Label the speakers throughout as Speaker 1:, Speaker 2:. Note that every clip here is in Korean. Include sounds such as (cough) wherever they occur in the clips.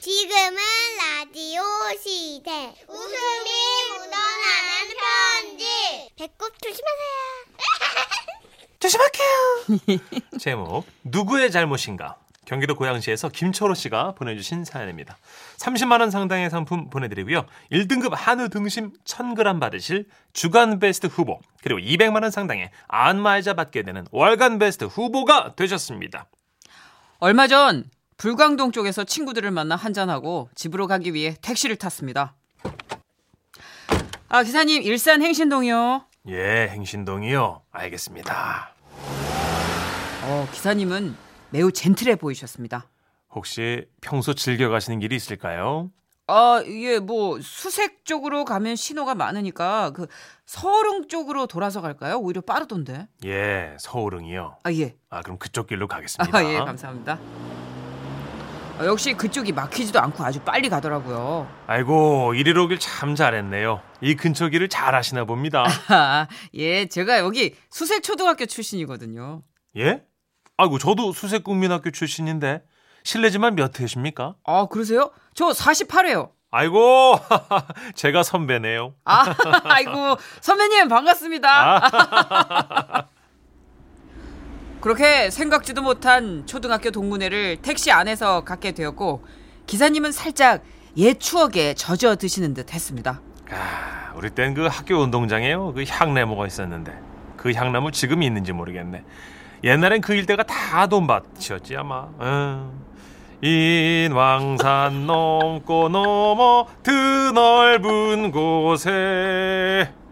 Speaker 1: 지금은 라디오 시대. 웃음이 묻어나는 편지. 배꼽 조심하세요.
Speaker 2: 조심할게요. (laughs) 제목 누구의 잘못인가? 경기도 고양시에서 김철호 씨가 보내주신 사연입니다. 30만 원 상당의 상품 보내드리고요. 1등급 한우 등심 1,000g 받으실 주간 베스트 후보 그리고 200만 원 상당의 안마의자 받게 되는 월간 베스트 후보가 되셨습니다.
Speaker 3: 얼마 전 불광동 쪽에서 친구들을 만나 한잔하고 집으로 가기 위해 택시를 탔습니다. 아, 기사님, 일산 행신동이요.
Speaker 2: 예, 행신동이요. 알겠습니다.
Speaker 3: 어, 기사님은 매우 젠틀해 보이셨습니다.
Speaker 2: 혹시 평소 즐겨 가시는 길이 있을까요?
Speaker 3: 아, 이게 뭐 수색 쪽으로 가면 신호가 많으니까 그 서릉 쪽으로 돌아서 갈까요? 오히려 빠르던데.
Speaker 2: 예, 서울흥이요.
Speaker 3: 아, 예.
Speaker 2: 아, 그럼 그쪽 길로 가겠습니다.
Speaker 3: 아, 예, 감사합니다. 아, 역시 그쪽이 막히지도 않고 아주 빨리 가더라고요. (laughs)
Speaker 2: 아이고 이리로 오길 참 잘했네요. 이 근처 길을 잘 아시나 봅니다.
Speaker 3: 아, 예, 제가 여기 수색초등학교 출신이거든요.
Speaker 2: 예? 아이고 저도 수색국민학교 출신인데 실례지만 몇 회십니까?
Speaker 3: 아, 그러세요? 저 48회요.
Speaker 2: 아이고 (laughs) 제가 선배네요.
Speaker 3: 아, (laughs) 아이고, 선배님 반갑습니다.
Speaker 2: 아.
Speaker 3: (laughs) 그렇게 생각지도 못한 초등학교 동문회를 택시 안에서 갖게 되었고 기사님은 살짝 옛 추억에 젖어 드시는 듯 했습니다.
Speaker 2: 아, 우리 땐 그 학교 운동장에요 그 향나무가 있었는데 그 향나무 지금 있는지 모르겠네. 옛날엔 그 일대가 다 돈밭이었지 아마. 음. 인왕산 넘고 넘어 드넓은 곳에 (laughs)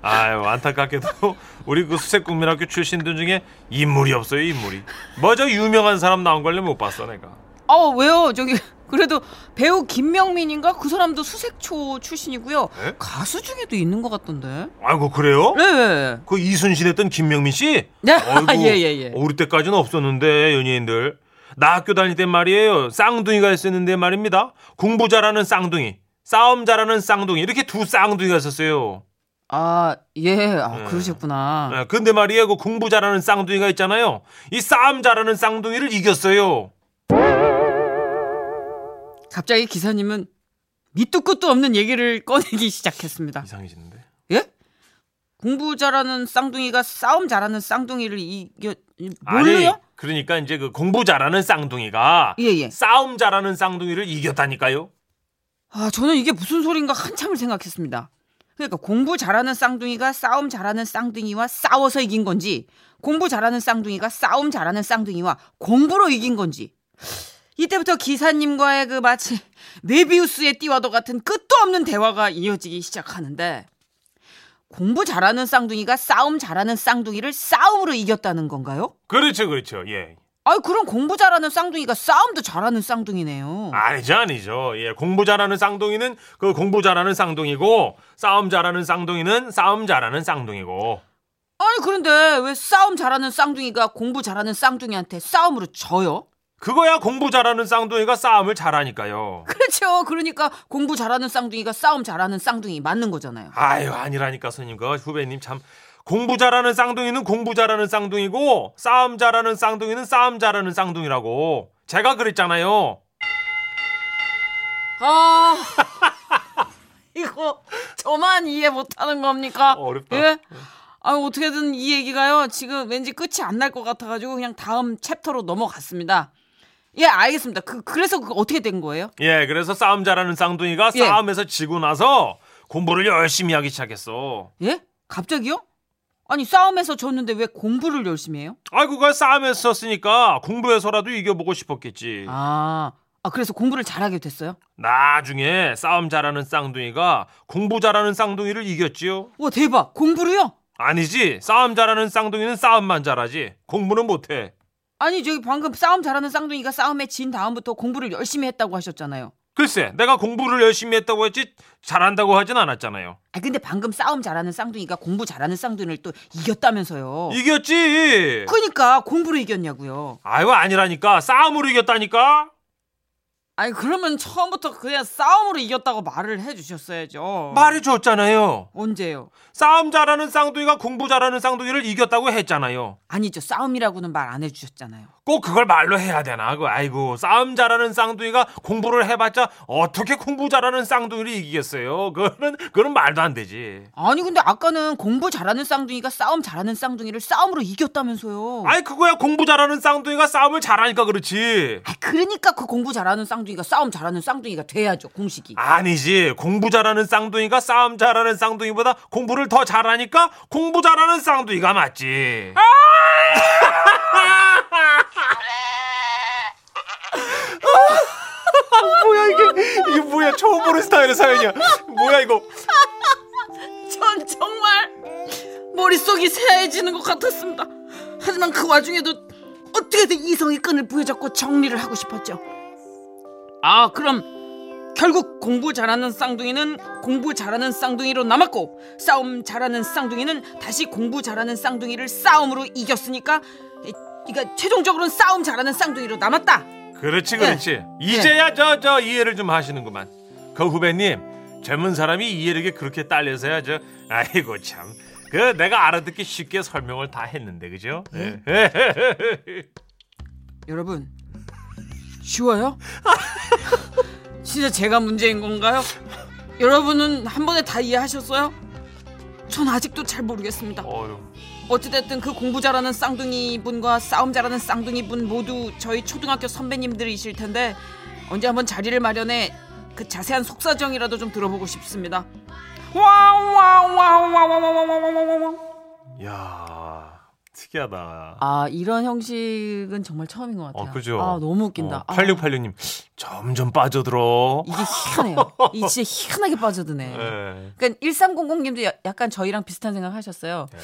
Speaker 2: 아유 안타깝게도 우리 그 수색국민학교 출신들 중에 인물이 없어요 인물이 뭐 저 유명한 사람 나온 걸로 못 봤어 내가
Speaker 3: 어, 왜요? 저기 그래도 배우 김명민인가 그 사람도 수색초 출신이고요.
Speaker 2: 에?
Speaker 3: 가수 중에도 있는 것 같던데.
Speaker 2: 아이고 그래요?
Speaker 3: 네.
Speaker 2: 그 이순신 했던 김명민
Speaker 3: (laughs)
Speaker 2: 씨?
Speaker 3: 네.
Speaker 2: 어이구,
Speaker 3: 예, 예, 예.
Speaker 2: 우리 때까지는 없었는데 연예인들. 나 학교 다닐 때 말이에요. 쌍둥이가 있었는데 말입니다. 공부 잘하는 쌍둥이, 싸움 잘하는 쌍둥이 이렇게 두 쌍둥이가 있었어요.
Speaker 3: 아, 예. 아,
Speaker 2: 네.
Speaker 3: 그러셨구나.
Speaker 2: 예, 근데 말이에요. 그 공부 잘하는 쌍둥이가 있잖아요. 이 싸움 잘하는 쌍둥이를 이겼어요.
Speaker 3: 갑자기 기사님은 밑도 끝도 없는 얘기를 꺼내기 시작했습니다.
Speaker 2: 이상해지는데.
Speaker 3: 예? 공부 잘하는 쌍둥이가 싸움 잘하는 쌍둥이를 이겨
Speaker 2: 아니,
Speaker 3: 뭘로요?
Speaker 2: 그러니까 이제 그 공부 잘하는 쌍둥이가
Speaker 3: 예, 예.
Speaker 2: 싸움 잘하는 쌍둥이를 이겼다니까요.
Speaker 3: 아, 저는 이게 무슨 소린가 한참을 생각했습니다. 그러니까 공부 잘하는 쌍둥이가 싸움 잘하는 쌍둥이와 싸워서 이긴 건지, 공부 잘하는 쌍둥이가 싸움 잘하는 쌍둥이와 공부로 이긴 건지. 이때부터 기사님과의 그 마치 메비우스의 띠와도 같은 끝도 없는 대화가 이어지기 시작하는데, 공부 잘하는 쌍둥이가 싸움 잘하는 쌍둥이를 싸움으로 이겼다는 건가요?
Speaker 2: 그렇죠, 그렇죠. 예,
Speaker 3: 아이 그럼 공부 잘하는 쌍둥이가 싸움도 잘하는 쌍둥이네요.
Speaker 2: 아니죠, 아니죠. 예, 공부 잘하는 쌍둥이는 그 공부 잘하는 쌍둥이고 싸움 잘하는 쌍둥이는 싸움 잘하는 쌍둥이고.
Speaker 3: 아니 그런데 왜 싸움 잘하는 쌍둥이가 공부 잘하는 쌍둥이한테 싸움으로 져요? (laughs)
Speaker 2: 그거야 공부 잘하는 쌍둥이가 싸움을 잘하니까요.
Speaker 3: 그렇죠. 그러니까 공부 잘하는 쌍둥이가 싸움 잘하는 쌍둥이 맞는 거잖아요.
Speaker 2: 아유, 아니라니까 선생님. 그 후배님 참 공부 잘하는 쌍둥이는 공부 잘하는 쌍둥이고 싸움 잘하는 쌍둥이는 싸움 잘하는 쌍둥이라고. 제가 그랬잖아요.
Speaker 3: 아 (laughs) 이거 저만 이해 못하는 겁니까?
Speaker 2: 어렵다.
Speaker 3: 예? 아 어떻게든 이 얘기가요. 지금 왠지 끝이 안 날 것 같아가지고 그냥 다음 챕터로 넘어갔습니다. 예 알겠습니다. 그 그래서 그 어떻게 된 거예요?
Speaker 2: 예, 그래서 싸움 잘하는 쌍둥이가
Speaker 3: 예.
Speaker 2: 싸움에서 지고 나서 공부를 열심히 하기 시작했어.
Speaker 3: 예? 갑자기요? 아니 싸움에서 졌는데 왜 공부를 열심히 해요?
Speaker 2: 아이고, 그걸 싸움에서 썼으니까 공부해서라도 이겨보고 싶었겠지.
Speaker 3: 아, 아 그래서 공부를 잘하게 됐어요?
Speaker 2: 나중에 싸움 잘하는 쌍둥이가 공부 잘하는 쌍둥이를 이겼지요.
Speaker 3: 와 대박 공부를요?
Speaker 2: 아니지. 싸움 잘하는 쌍둥이는 싸움만 잘하지. 공부는 못해.
Speaker 3: 아니 저기 방금 싸움 잘하는 쌍둥이가 싸움에 진 다음부터 공부를 열심히 했다고 하셨잖아요.
Speaker 2: 글쎄, 내가 공부를 열심히 했다고 했지 잘한다고 하진 않았잖아요.
Speaker 3: 아 근데 방금 싸움 잘하는 쌍둥이가 공부 잘하는 쌍둥이를 또 이겼다면서요.
Speaker 2: 이겼지.
Speaker 3: 그러니까 공부를 이겼냐고요.
Speaker 2: 아이고 아니라니까 싸움으로 이겼다니까.
Speaker 3: 아니 그러면 처음부터 그냥 싸움으로 이겼다고 말을 해주셨어야죠.
Speaker 2: 말해줬잖아요.
Speaker 3: 언제요?
Speaker 2: 싸움 잘하는 쌍둥이가 공부 잘하는 쌍둥이를 이겼다고 했잖아요.
Speaker 3: 아니죠 싸움이라고는 말 안 해주셨잖아요.
Speaker 2: 꼭 그걸 말로 해야 되나? 그 아이고 싸움 잘하는 쌍둥이가 공부를 해봤자 어떻게 공부 잘하는 쌍둥이를 이기겠어요? 그거는 그건 말도 안 되지.
Speaker 3: 아니 근데 아까는 공부 잘하는 쌍둥이가 싸움 잘하는 쌍둥이를 싸움으로 이겼다면서요.
Speaker 2: 아이 그거야 공부 잘하는 쌍둥이가 싸움을 잘하니까 그렇지.
Speaker 3: 아, 그러니까 그 공부 잘하는 쌍둥이가 싸움 잘하는 쌍둥이가 돼야죠 공식이.
Speaker 2: 아니지 공부 잘하는 쌍둥이가 싸움 잘하는 쌍둥이보다 공부를 더 잘하니까 공부 잘하는 쌍둥이가 맞지. 아! (laughs) 아, 뭐야 이게 이게 뭐야 처음 보는 스타일의 사연이야. 뭐야 이거.
Speaker 3: 전 정말 머릿속이 새해지는 것 같았습니다. 하지만 그 와중에도 어떻게든 이성의 끈을 부여잡고 정리를 하고 싶었죠. 아 그럼 결국 공부 잘하는 쌍둥이는 공부 잘하는 쌍둥이로 남았고 싸움 잘하는 쌍둥이는 다시 공부 잘하는 쌍둥이를 싸움으로 이겼으니까 이- 그러니까 최종적으로는 싸움 잘하는 쌍둥이로 남았다.
Speaker 2: 그렇지
Speaker 3: 네.
Speaker 2: 그렇지 이제야 저 저 이해를 좀 하시는구만 그 후배님 젊은 사람이 이해력이 그렇게 딸려서야 저 아이고 참 그 내가 알아듣기 쉽게 설명을 다 했는데 그죠
Speaker 3: 네.
Speaker 2: 예.
Speaker 3: 여러분 쉬워요? (laughs) 진짜 제가 문제인 건가요? 여러분은 한 번에 다 이해하셨어요? 전 아직도 잘 모르겠습니다.
Speaker 2: 어휴
Speaker 3: 어찌됐든 그 공부 잘하는 쌍둥이 분과 싸움 잘하는 쌍둥이 분 모두 저희 초등학교 선배님들이실 텐데 언제 한번 자리를 마련해 그 자세한 속사정이라도 좀 들어보고 싶습니다. 와와와와와와와와와와와와
Speaker 2: 야 특이하다
Speaker 3: 아 이런 형식은 정말 처음인 것 같아요.
Speaker 2: 어 그죠
Speaker 3: 아 너무 웃긴다.
Speaker 2: 어,
Speaker 3: 아.
Speaker 2: 8686님 점점 빠져들어
Speaker 3: 이게 희한해요. 이 진짜 희한하게 빠져드네.
Speaker 2: 예.
Speaker 3: 그러니까 1300님도 야- 약간 저희랑 비슷한 생각 하셨어요.
Speaker 2: 네.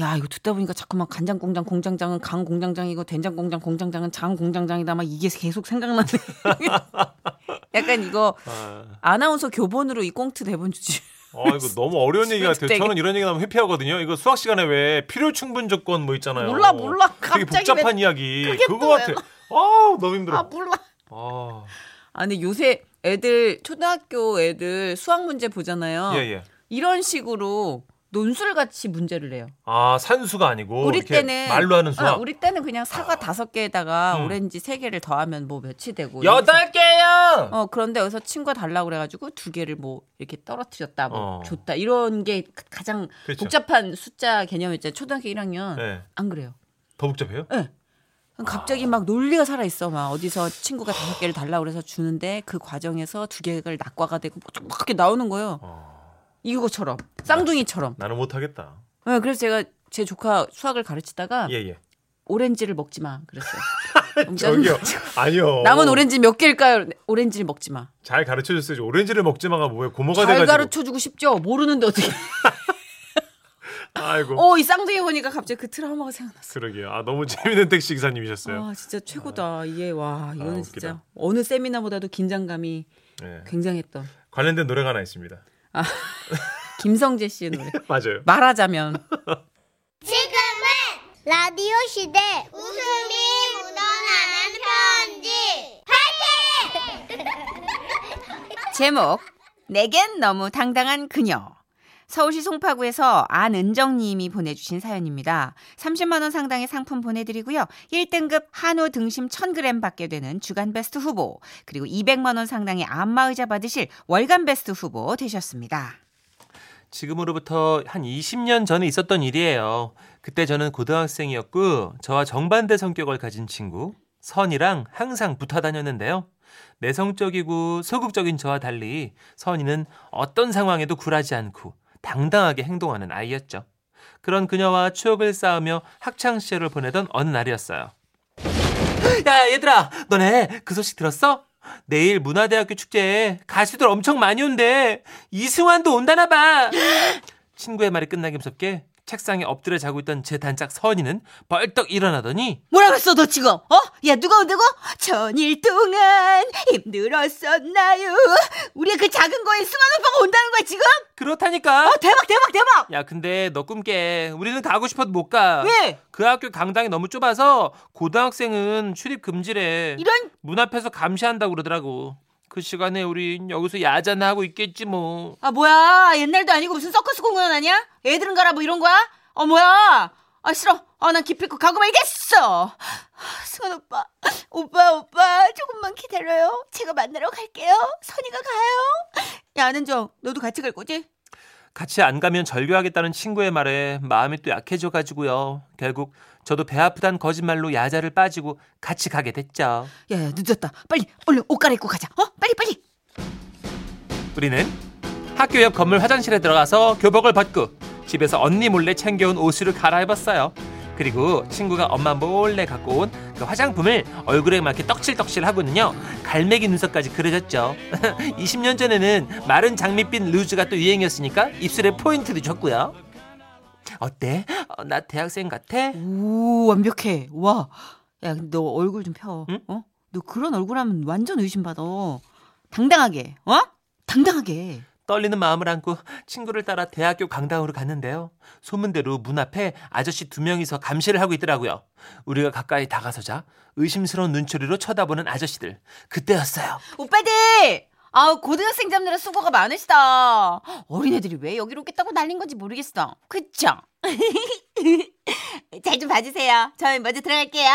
Speaker 3: 야, 이거 듣다 보니까 자꾸만 간장 공장 공장장은 강 공장장이고 된장 공장 공장장은 장 공장장이다 막 이게 계속 생각나네. (laughs) 약간 이거
Speaker 2: 아,
Speaker 3: 아나운서 교본으로 이 꽁트 대본 주지.
Speaker 2: 어, 이거 너무 어려운 얘기 같아요.
Speaker 3: 되게-
Speaker 2: 저는 이런 얘기 나오면 회피하거든요. 이거 수학 시간에 왜 필요 충분 조건 뭐 있잖아요.
Speaker 3: 몰라, 몰라.
Speaker 2: 되게
Speaker 3: 갑자기
Speaker 2: 복잡한 이야기.
Speaker 3: 그게
Speaker 2: 그거
Speaker 3: 또요?
Speaker 2: 같아. 아 너무 힘들어.
Speaker 3: 아, 몰라. 어.
Speaker 2: 아.
Speaker 3: 아니 요새 애들 초등학교 애들 수학 문제 보잖아요.
Speaker 2: 예, 예.
Speaker 3: 이런 식으로 논술 같이 문제를 내요.
Speaker 2: 아, 산수가 아니고
Speaker 3: 우리
Speaker 2: 이렇게
Speaker 3: 때는
Speaker 2: 말로 하는 수학. 아.
Speaker 3: 어, 우리 때는 그냥 사과 다섯 개에다가
Speaker 2: 음.
Speaker 3: 오렌지 세 개를 더하면 뭐 몇이 되고. 여기서-
Speaker 2: 여덟 개요.
Speaker 3: 어 그런데 여기서 친구가 달라고 그래가지고 두 개를 뭐 이렇게 떨어뜨렸다 뭐
Speaker 2: 어.
Speaker 3: 줬다 이런 게 가- 가장
Speaker 2: 그렇죠.
Speaker 3: 복잡한 숫자 개념이었잖아요 초등학교 1학년
Speaker 2: 네. 아.
Speaker 3: 안 그래요
Speaker 2: 더 복잡해요?
Speaker 3: 그럼 갑자기 막 논리가 살아있어 막 어디서 친구가 다섯 개를 달라고 그래서 주는데 그 과정에서 두 개가 낙과가 되고 막 이렇게 나오는 거예요
Speaker 2: 어.
Speaker 3: 이거처럼 쌍둥이처럼
Speaker 2: 나는 못 하겠다.
Speaker 3: 네, 그래서 제가 제 조카 수학을 가르치다가
Speaker 2: 예, 예.
Speaker 3: 오렌지를 먹지 마 그랬어요
Speaker 2: (laughs)
Speaker 3: (laughs)
Speaker 2: 저기요. 어. 아니요.
Speaker 3: 남은 오렌지 몇 개일까요? 오렌지를 먹지 마.
Speaker 2: 잘 가르쳐 줬어야지. 오렌지를 먹지 마가 뭐예요? 고모가 돼
Speaker 3: 잘
Speaker 2: 가지고.
Speaker 3: 가르쳐 주고 싶죠. 모르는데
Speaker 2: (laughs)
Speaker 3: 어떻게?
Speaker 2: 아이고.
Speaker 3: 어, 이 쌍둥이 보니까 갑자기 그 트라우마가 생각났어.
Speaker 2: 그러게요. 아, 너무 재밌는 택시 기사님이셨어요. 아,
Speaker 3: 아, 진짜 최고다. 이게 와, 이거는
Speaker 2: 웃기다.
Speaker 3: 진짜 어느 세미나보다도 긴장감이
Speaker 2: 예.
Speaker 3: 굉장했던 아,
Speaker 2: 관련된 노래가 하나
Speaker 3: (laughs)
Speaker 2: 있습니다.
Speaker 3: 김성재 씨의 노래.
Speaker 2: 맞아요.
Speaker 3: 말하자면
Speaker 1: 지금은 라디오 시대 웃음이 묻어나는 편지
Speaker 3: 제목 내겐 너무 당당한 그녀. 서울시 송파구에서 안은정 님이 보내주신 사연입니다. 30만 원 상당의 상품 보내드리고요. 1등급 한우 등심 1000g 받게 되는 주간베스트 후보 그리고 200만 원 상당의 안마의자 받으실 월간베스트 후보 되셨습니다.
Speaker 2: 지금으로부터 한 20년 전에 있었던 일이에요. 그때 저는 고등학생이었고 저와 정반대 성격을 가진 친구 선이랑 항상 붙어 다녔는데요. 내성적이고 소극적인 저와 달리 선이는 어떤 상황에도 굴하지 않고 당당하게 행동하는 아이였죠. 그런 그녀와 추억을 쌓으며 학창 시절을 보내던 어느 날이었어요. 야 얘들아 너네 그 소식 들었어? 내일 문화대학교 축제에 가수들 엄청 많이 온대 이승환도 온다나 봐 친구의 말이 끝나기 무섭게 책상에 엎드려 자고 있던 제 단짝 선이는 벌떡 일어나더니
Speaker 4: 뭐라고 했어 너 지금 어? 야 누가 누구? 전일 동안 힘들었었나요? 우리 그 작은 거에 승환 오빠가 온다는 거야 지금?
Speaker 2: 그렇다니까
Speaker 4: 어 대박 대박 대박
Speaker 2: 야 근데 너 꿈깨 우리는 가고 싶어도 못가
Speaker 4: 왜?
Speaker 2: 그 학교 강당이 너무 좁아서 고등학생은 출입 금지래
Speaker 4: 이런
Speaker 2: 문 앞에서 감시한다고 그러더라고 그 시간에 우린 여기서 야자나 하고 있겠지 뭐
Speaker 4: 아 뭐야 옛날도 아니고 무슨 서커스 공연 아니야? 애들은 가라 뭐 이런 거야? 어 뭐야
Speaker 3: 아 싫어. 아 난 기필코 가고 말겠어.
Speaker 1: 승환 오빠, 오빠, 오빠, 조금만 기다려요. 제가 만나러 갈게요. 선이가 가요.
Speaker 3: 야 안은정, 너도 같이 갈 거지?
Speaker 4: 같이 안 가면 절교하겠다는 친구의 말에 마음이 또 약해져 가지고요. 결국 저도 배 아프단 거짓말로 야자를 빠지고 같이 가게 됐죠.
Speaker 3: 야야 늦었다. 빨리 얼른 옷 갈아입고 가자. 어? 빨리 빨리.
Speaker 4: 우리는 학교 옆 건물 화장실에 들어가서 교복을 벗고 집에서 언니 몰래 챙겨온 옷을 갈아입었어요. 그리고 친구가 엄마 몰래 갖고 온 그 화장품을 얼굴에 맞게 떡칠떡칠 하고는요 갈매기 눈썹까지 그려졌죠. (laughs) 20년 전에는 마른 장밋빛 루즈가 또 유행이었으니까 입술에 포인트도 줬고요. 어때? 어, 나 대학생 같아?
Speaker 3: 오 완벽해. 와. 야 너 얼굴 좀 펴. 어? 너 그런 얼굴하면 완전 의심받아. 당당하게. 어? 당당하게.
Speaker 4: 떨리는 마음을 안고 친구를 따라 대학교 강당으로 갔는데요. 소문대로 문 앞에 아저씨 두 명이서 감시를 하고 있더라고요. 우리가 가까이 다가서자 의심스러운 눈초리로 쳐다보는 아저씨들. 그때였어요.
Speaker 3: 오빠들! 아우, 고등학생 잡느라 수고가 많으시다. 어린애들이 왜 여기로 오겠다고 날린 건지 모르겠어. 그쵸? (laughs)
Speaker 1: 잘 좀 봐주세요. 저희 먼저 들어갈게요.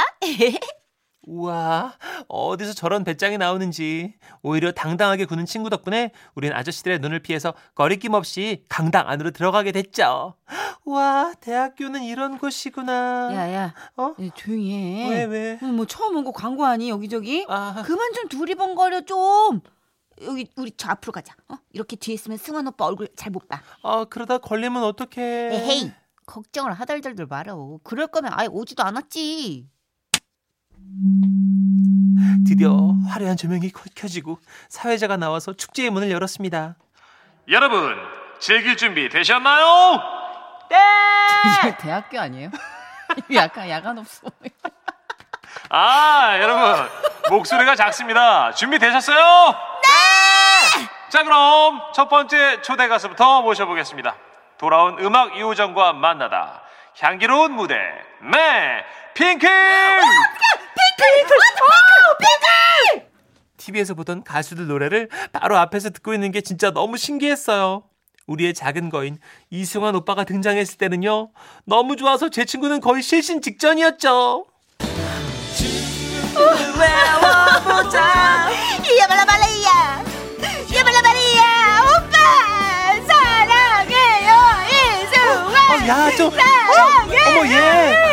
Speaker 4: 우와, 어디서 저런 배짱이 나오는지. 오히려 당당하게 구는 친구 덕분에 우린 아저씨들의 눈을 피해서 거리낌 없이 강당 안으로 들어가게 됐죠. 우와, 대학교는 이런 곳이구나.
Speaker 3: (laughs) 야, 야.
Speaker 4: 어?
Speaker 3: 야, 조용히 해.
Speaker 4: 왜, 왜?
Speaker 3: 어, 뭐 처음 온 거 광고하니, 여기저기?
Speaker 4: 아,
Speaker 3: 그만 좀 두리번거려, 좀. 여기, 우리 저 앞으로 가자. 어? 이렇게 뒤에 있으면 승환 오빠 얼굴 잘 못 봐.
Speaker 4: 아, 그러다 걸리면 어떡해.
Speaker 3: 에헤이. 걱정을 하덜덜덜 말어. 그럴 거면 아예 오지도 않았지.
Speaker 4: 드디어 화려한 조명이 켜- 켜지고 사회자가 나와서 축제의 문을 열었습니다. 여러분 즐길 준비 되셨나요?
Speaker 3: 대학교 아니에요? (laughs) 약간 야간 없어.
Speaker 4: 아 여러분 목소리가 작습니다. 준비 되셨어요? 네. 자 그럼 첫 번째 초대 가수부터 모셔보겠습니다. 돌아온 음악 이호정과 만나다 향기로운 무대 네 핑클.
Speaker 1: 어,
Speaker 4: TV에서 보던 가수들 노래를 바로 앞에서 듣고 있는 게 진짜 너무 신기했어요. 우리의 작은 거인 이승환 오빠가 등장했을 때는요. 너무 좋아서 제 친구는 거의 실신 직전이었죠.
Speaker 1: 야발라발라이야. 야발라발이야. 오빠 사랑해요. 이승환.
Speaker 4: 어, 야, 좀, 어, 어머, 얘,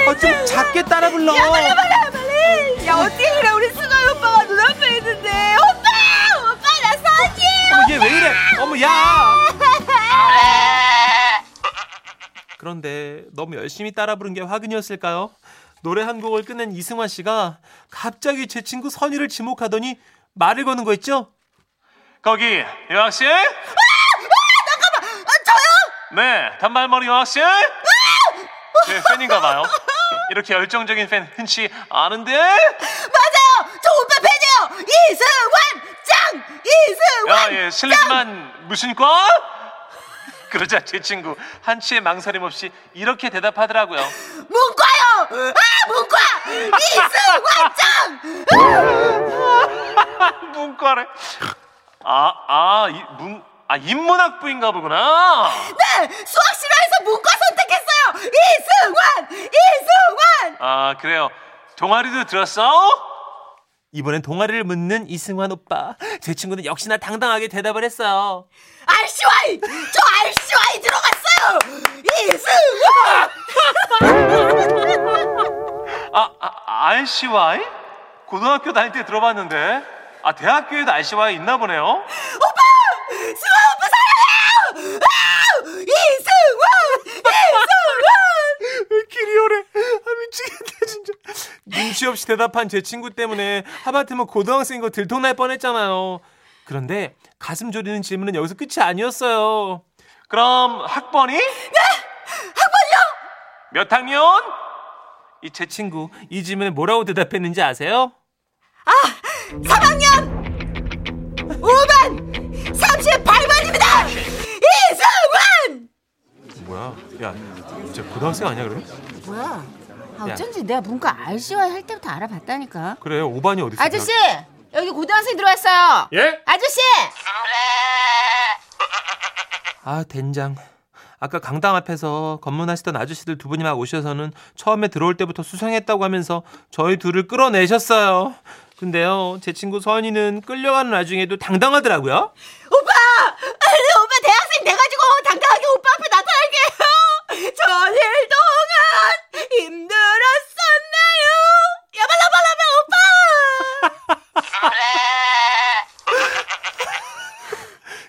Speaker 4: 어, 좀 작게 따라 불러.
Speaker 1: 야발라발라발리. 야 어떻게 그래 우리 승환 오빠가 눈앞에 있는데. 오빠 오빠 나 선이에요.
Speaker 4: 어머, 뭐 얘 왜 이래? 어머, 야! (laughs) 그런데 너무 열심히 따라 부른 게 화근이었을까요? 노래 한 곡을 끝낸 이승환 씨가 갑자기 제 친구 선희를 지목하더니 말을 거는 거 있죠? 거기 여학 씨? 잠깐만, 아, 저요? 네, 단발머리 여학 씨? 제 팬인가 봐요. 이렇게 열정적인 팬 흔치 않은데?
Speaker 1: 맞아요. 저 오빠 팬이에요. 이승환 짱. 이승환.
Speaker 4: 야, 예, 실례지만 무슨 과? (laughs) 그러자 제 친구 한치의 망설임 없이 이렇게 대답하더라고요.
Speaker 1: 문과요. 아 문과. 이승환 짱.
Speaker 4: 문과래. 아, 아, 이, 문, 아, 인문학부인가 보구나.
Speaker 1: 네, 수학 싫어해서 문과 선택했어요. 이승환, 이승환.
Speaker 4: 아, 그래요. 동아리도 들었어? 이번엔 동아리를 묻는 이승환 오빠. 제 친구는 역시나 당당하게 대답을 했어요.
Speaker 1: RCY, 저 RCY 들어갔어요. 이승환.
Speaker 4: 아, 아 RCY? 고등학교 다닐 때 들어봤는데. 아, 대학교에도 RCY 있나 보네요.
Speaker 1: 승환 오빠 사랑해요. 아, 이승환, 이승환.
Speaker 4: 길이 오래 아 미치겠다 진짜 눈치 없이 대답한 제 친구 때문에 하마터면 고등학생인 거 들통날 뻔했잖아요 그런데 가슴 졸이는 질문은 여기서 끝이 아니었어요 그럼 학번이? 네! 학번이요! 몇 학년? 이 제 친구 이 질문에 뭐라고 대답했는지 아세요?
Speaker 1: 3학년 5반 38반입니다. 이승환.
Speaker 4: 뭐야 야 진짜 고등학생 아니야 그래?
Speaker 3: 뭐야? 아,
Speaker 4: 야.
Speaker 3: 어쩐지 내가 문과 RCY 할 때부터 알아봤다니까.
Speaker 4: 그래 5반이 어딨어
Speaker 3: 아저씨 여기 고등학생 들어왔어요.
Speaker 2: 예.
Speaker 4: 예?
Speaker 3: 아저씨
Speaker 4: 아 된장
Speaker 2: 아까 강당 앞에서 검문하시던 아저씨들 두 분이 막 오셔서는 처음에 들어올 때부터 수상했다고 하면서 저희 둘을 끌어내셨어요. 근데요, 제 친구 서은이는 끌려가는 와중에도 당당하더라고요.
Speaker 4: 오빠! 아니, 오빠 대학생 돼가지고 당당하게 오빠
Speaker 3: (laughs)
Speaker 4: 앞에 나타날게요! 전일 동안 힘들었었나요? 야발라발라발 오빠!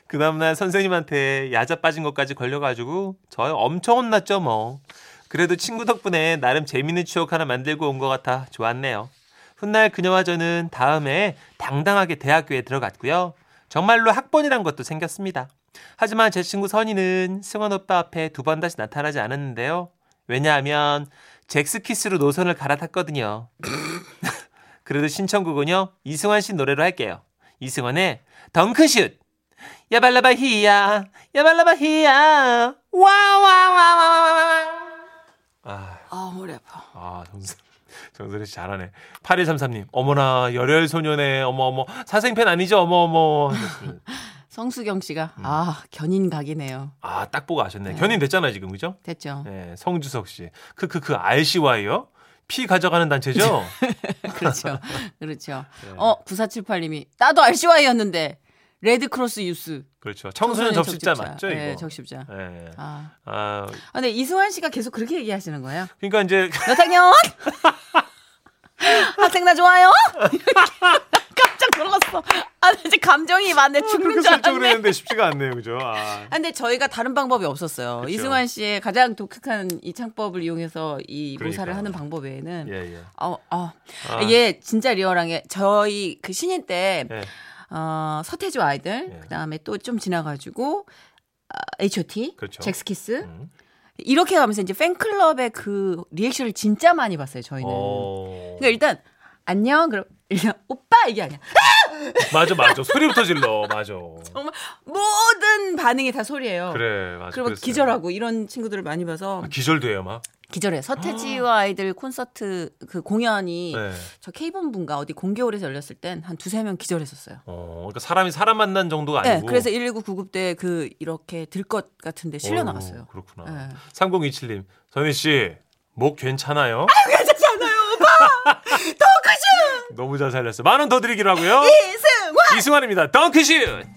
Speaker 2: 그 다음날 선생님한테 야자 빠진 것까지 걸려가지고 저희 엄청 혼났죠, 뭐. 그래도 친구 덕분에 나름 재밌는 추억 하나 만들고 온 것 같아 좋았네요. 훗날 그녀와 저는 다음에 당당하게 대학교에 들어갔고요. 정말로 학번이란 것도 생겼습니다. 하지만 제 친구 선이는 승원 오빠 앞에 두 번 다시 나타나지 않았는데요. 왜냐하면 잭스키스로 노선을 갈아탔거든요. (laughs) 그래도 신청곡은요. 이승환 씨 노래로 할게요. 이승환의 덩크슛! 야발라바 히야 야발라바 히야 와와와와와 아,
Speaker 3: 아 머리 아파.
Speaker 2: 아 정선 정선이 씨 잘하네 8133님 어머나 열혈 소년의 어머어머 사생팬 아니죠 어머어머
Speaker 3: 성수경 씨가
Speaker 2: 음.
Speaker 3: 아 견인 각이네요.
Speaker 2: 아딱 보고 아셨네
Speaker 3: 네.
Speaker 2: 견인 됐잖아요 지금 그죠
Speaker 3: 됐죠.
Speaker 2: (laughs) 네 성주석 씨 그, 크크크 RCY요 피 가져가는 단체죠
Speaker 3: 그렇죠. 그렇죠.
Speaker 2: 네.
Speaker 3: 어 9478님이 나도 RCY였는데 레드크로스 유스.
Speaker 2: 그렇죠 청소년 접십자 맞죠 이거
Speaker 3: 네, 적십자.
Speaker 2: 예.
Speaker 3: 아.
Speaker 2: 아
Speaker 3: 아 근데 이승환 씨가 계속 그렇게 얘기하시는 거예요?
Speaker 2: 그러니까 이제
Speaker 3: 몇 학년? (laughs) 학생 나 좋아요? (laughs) 깜짝 놀랐어. 아, 나 이제 감정이 많네. 죽는
Speaker 2: 어, 그렇게
Speaker 3: 줄
Speaker 2: 설정을
Speaker 3: 알았네.
Speaker 2: 했는데 쉽지가 않네요 그죠 아.
Speaker 3: 아, 근데 저희가 다른 방법이 없었어요.
Speaker 2: 그쵸.
Speaker 3: 이승환 씨의 가장 독특한 이 창법을 이용해서 이
Speaker 2: 그러니까요.
Speaker 3: 모사를 하는 방법 외에는
Speaker 2: 예, 예.
Speaker 3: 어, 어.
Speaker 2: 아.
Speaker 3: 이게 진짜 리얼한 게 저희 그 신인 때
Speaker 2: 예.
Speaker 3: 어, 서태지 아이들
Speaker 2: 예.
Speaker 3: 그다음에 또 좀 지나가지고 아, H.O.T.
Speaker 2: 그렇죠.
Speaker 3: 잭스키스
Speaker 2: 음.
Speaker 3: 이렇게 가면서 이제 팬클럽의 그 리액션을 진짜 많이 봤어요 저희는.
Speaker 2: 어.
Speaker 3: 그러니까 일단 안녕 그럼 일단 오빠 이게 아니야.
Speaker 2: 맞아 맞아 소리부터
Speaker 3: (laughs)
Speaker 2: 질러 맞아
Speaker 3: 정말 모든 반응이 다 소리예요.
Speaker 2: 그래 맞아
Speaker 3: 그리고
Speaker 2: 그랬어요.
Speaker 3: 기절하고 이런 친구들을 많이 봐서
Speaker 2: 아, 기절돼요 막
Speaker 3: 기절해요. 서태지와 아이들 콘서트 그 공연이
Speaker 2: 네.
Speaker 3: 저 K본부인가 어디 공개홀에서 열렸을 땐 한 두세 명 기절했었어요.
Speaker 2: 어, 그러니까 사람이 사람 만난 정도가
Speaker 3: 네,
Speaker 2: 아니고
Speaker 3: 그래서 119 구급대 그 이렇게 들 것 같은데 실려
Speaker 2: 어휴,
Speaker 3: 나갔어요.
Speaker 2: 그렇구나
Speaker 3: 네.
Speaker 2: 3027님 선희 씨목 괜찮아요?
Speaker 3: 덩크슛
Speaker 2: 너무 잘 살렸어요 만 원 더 드리기로 하고요
Speaker 3: 이승환
Speaker 2: 이승환입니다 덩크슛